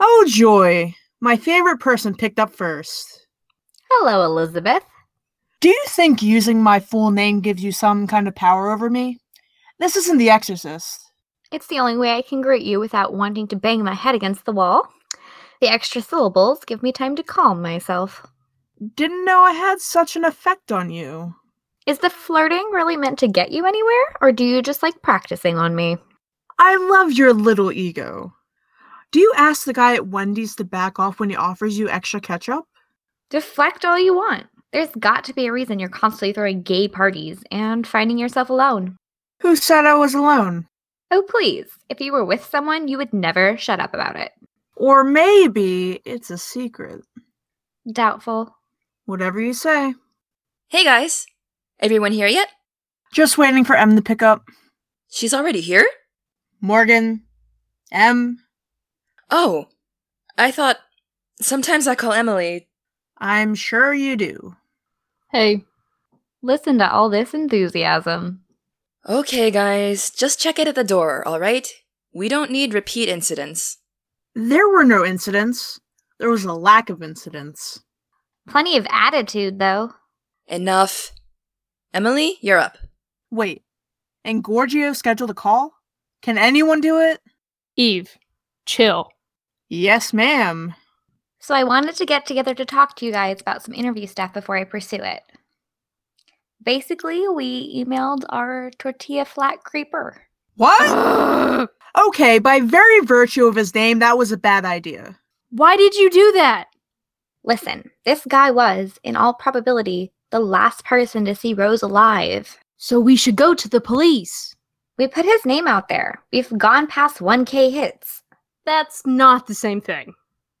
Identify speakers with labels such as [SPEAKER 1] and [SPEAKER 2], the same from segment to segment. [SPEAKER 1] Oh, joy. My favorite person picked up first.
[SPEAKER 2] Hello, Elizabeth.
[SPEAKER 1] Do you think using my full name gives you some kind of power over me? This isn't The Exorcist.
[SPEAKER 2] It's the only way I can greet you without wanting to bang my head against the wall. The extra syllables give me time to calm myself.
[SPEAKER 1] Didn't know I had such an effect on you.
[SPEAKER 2] Is the flirting really meant to get you anywhere, or do you just like practicing on me?
[SPEAKER 1] I love your little ego. Do you ask the guy at Wendy's to back off when he offers you extra ketchup?
[SPEAKER 2] Deflect all you want. There's got to be a reason you're constantly throwing gay parties and finding yourself alone.
[SPEAKER 1] Who said I was alone?
[SPEAKER 2] Oh, please. If you were with someone, you would never shut up about it.
[SPEAKER 1] Or maybe it's a secret.
[SPEAKER 2] Doubtful.
[SPEAKER 1] Whatever you say.
[SPEAKER 3] Hey guys, everyone here yet?
[SPEAKER 1] Just waiting for M to pick up.
[SPEAKER 3] She's already here?
[SPEAKER 1] Morgan, M,
[SPEAKER 3] Oh, I thought sometimes I call Emily.
[SPEAKER 1] I'm sure you do.
[SPEAKER 2] Hey. Listen to all this enthusiasm.
[SPEAKER 3] Okay, guys, just check it at the door, alright? We don't need repeat incidents.
[SPEAKER 1] There were no incidents. There was a lack of incidents.
[SPEAKER 2] Plenty of attitude, though.
[SPEAKER 3] Enough. Emily, you're up.
[SPEAKER 1] Wait, and Gorgio scheduled a call? Can anyone do it?
[SPEAKER 4] Eve, chill.
[SPEAKER 1] Yes, ma'am.
[SPEAKER 2] So I wanted to get together to talk to you guys about some interview stuff before I pursue it. Basically, we emailed our tortilla flat creeper.
[SPEAKER 1] What? okay, by very virtue of his name, that was a bad idea.
[SPEAKER 4] Why did you do that?
[SPEAKER 2] Listen, this guy was, in all probability, the last person to see Rose alive.
[SPEAKER 4] So we should go to the police.
[SPEAKER 2] We put his name out there. We've gone past 1K hits.
[SPEAKER 4] That's not the same thing.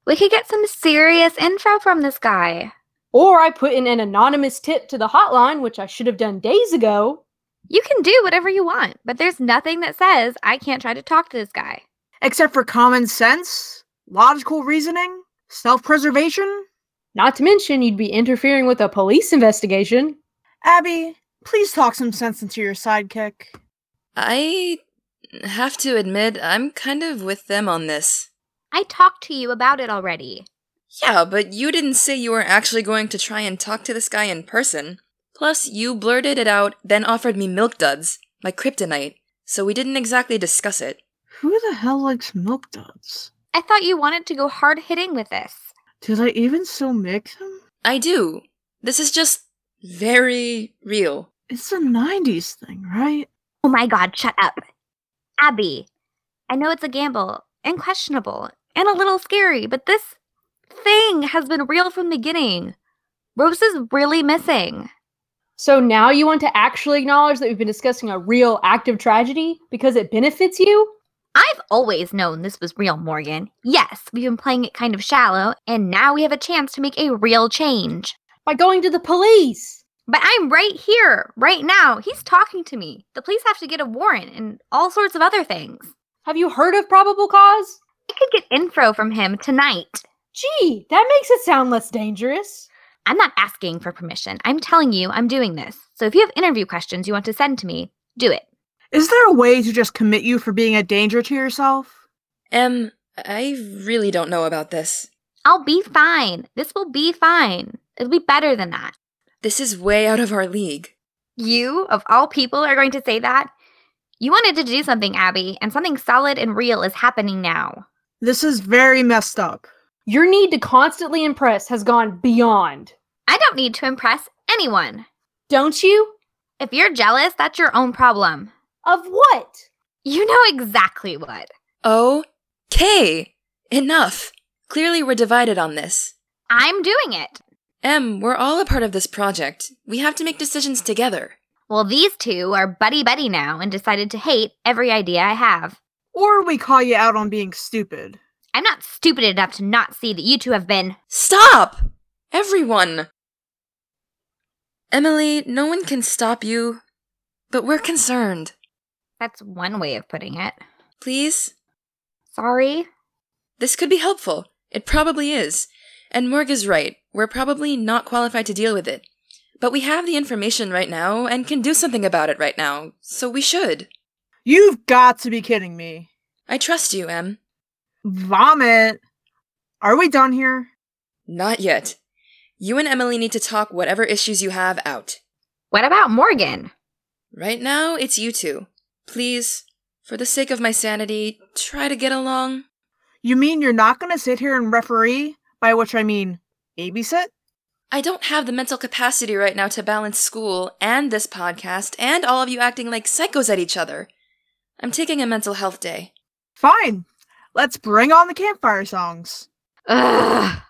[SPEAKER 2] We could get some serious info from this guy.
[SPEAKER 4] Or I put in an anonymous tip to the hotline, which I should have done days ago.
[SPEAKER 2] You can do whatever you want, but there's nothing that says I can't try to talk to this guy.
[SPEAKER 1] Except for common sense, logical reasoning, self preservation.
[SPEAKER 4] Not to mention, you'd be interfering with a police investigation.
[SPEAKER 1] Abby, please talk some sense into your sidekick.
[SPEAKER 3] I have to admit, I'm kind of with them on this.
[SPEAKER 2] I talked to you about it already.
[SPEAKER 3] Yeah, but you didn't say you were actually going to try and talk to this guy in person. Plus, you blurted it out, then offered me milk duds, my kryptonite, so we didn't exactly discuss it.
[SPEAKER 1] Who the hell likes milk duds?
[SPEAKER 2] I thought you wanted to go hard hitting with this.
[SPEAKER 1] Did I even still make them?
[SPEAKER 3] I do. This is just very real.
[SPEAKER 1] It's a 90s thing, right?
[SPEAKER 2] Oh my god, shut up. Abby, I know it's a gamble and questionable and a little scary, but this thing has been real from the beginning. Rose is really missing.
[SPEAKER 4] So now you want to actually acknowledge that we've been discussing a real active tragedy because it benefits you?
[SPEAKER 2] I've always known this was real, Morgan. Yes, we've been playing it kind of shallow, and now we have a chance to make a real change.
[SPEAKER 4] By going to the police!
[SPEAKER 2] But I'm right here, right now. He's talking to me. The police have to get a warrant and all sorts of other things.
[SPEAKER 4] Have you heard of probable cause?
[SPEAKER 2] I could get info from him tonight.
[SPEAKER 4] Gee, that makes it sound less dangerous.
[SPEAKER 2] I'm not asking for permission. I'm telling you, I'm doing this. So if you have interview questions you want to send to me, do it.
[SPEAKER 1] Is there a way to just commit you for being a danger to yourself?
[SPEAKER 3] Em, I really don't know about this.
[SPEAKER 2] I'll be fine. This will be fine. It'll be better than that.
[SPEAKER 3] This is way out of our league.
[SPEAKER 2] You, of all people, are going to say that? You wanted to do something, Abby, and something solid and real is happening now.
[SPEAKER 1] This is very messed up.
[SPEAKER 4] Your need to constantly impress has gone beyond.
[SPEAKER 2] I don't need to impress anyone.
[SPEAKER 4] Don't you?
[SPEAKER 2] If you're jealous, that's your own problem.
[SPEAKER 4] Of what?
[SPEAKER 2] You know exactly what.
[SPEAKER 3] Okay! Enough! Clearly, we're divided on this.
[SPEAKER 2] I'm doing it.
[SPEAKER 3] Em, we're all a part of this project. We have to make decisions together.
[SPEAKER 2] Well, these two are buddy buddy now and decided to hate every idea I have.
[SPEAKER 1] Or we call you out on being stupid.
[SPEAKER 2] I'm not stupid enough to not see that you two have been.
[SPEAKER 3] Stop! Everyone! Emily, no one can stop you, but we're concerned.
[SPEAKER 2] That's one way of putting it.
[SPEAKER 3] Please?
[SPEAKER 2] Sorry.
[SPEAKER 3] This could be helpful. It probably is. And Morg is right. We're probably not qualified to deal with it. But we have the information right now and can do something about it right now, so we should.
[SPEAKER 1] You've got to be kidding me.
[SPEAKER 3] I trust you, Em.
[SPEAKER 1] Vomit. Are we done here?
[SPEAKER 3] Not yet. You and Emily need to talk whatever issues you have out.
[SPEAKER 2] What about Morgan?
[SPEAKER 3] Right now, it's you two. Please, for the sake of my sanity, try to get along.
[SPEAKER 1] You mean you're not going to sit here and referee? By which I mean, babysit?
[SPEAKER 3] I don't have the mental capacity right now to balance school and this podcast and all of you acting like psychos at each other. I'm taking a mental health day.
[SPEAKER 1] Fine. Let's bring on the campfire songs.
[SPEAKER 2] Ugh.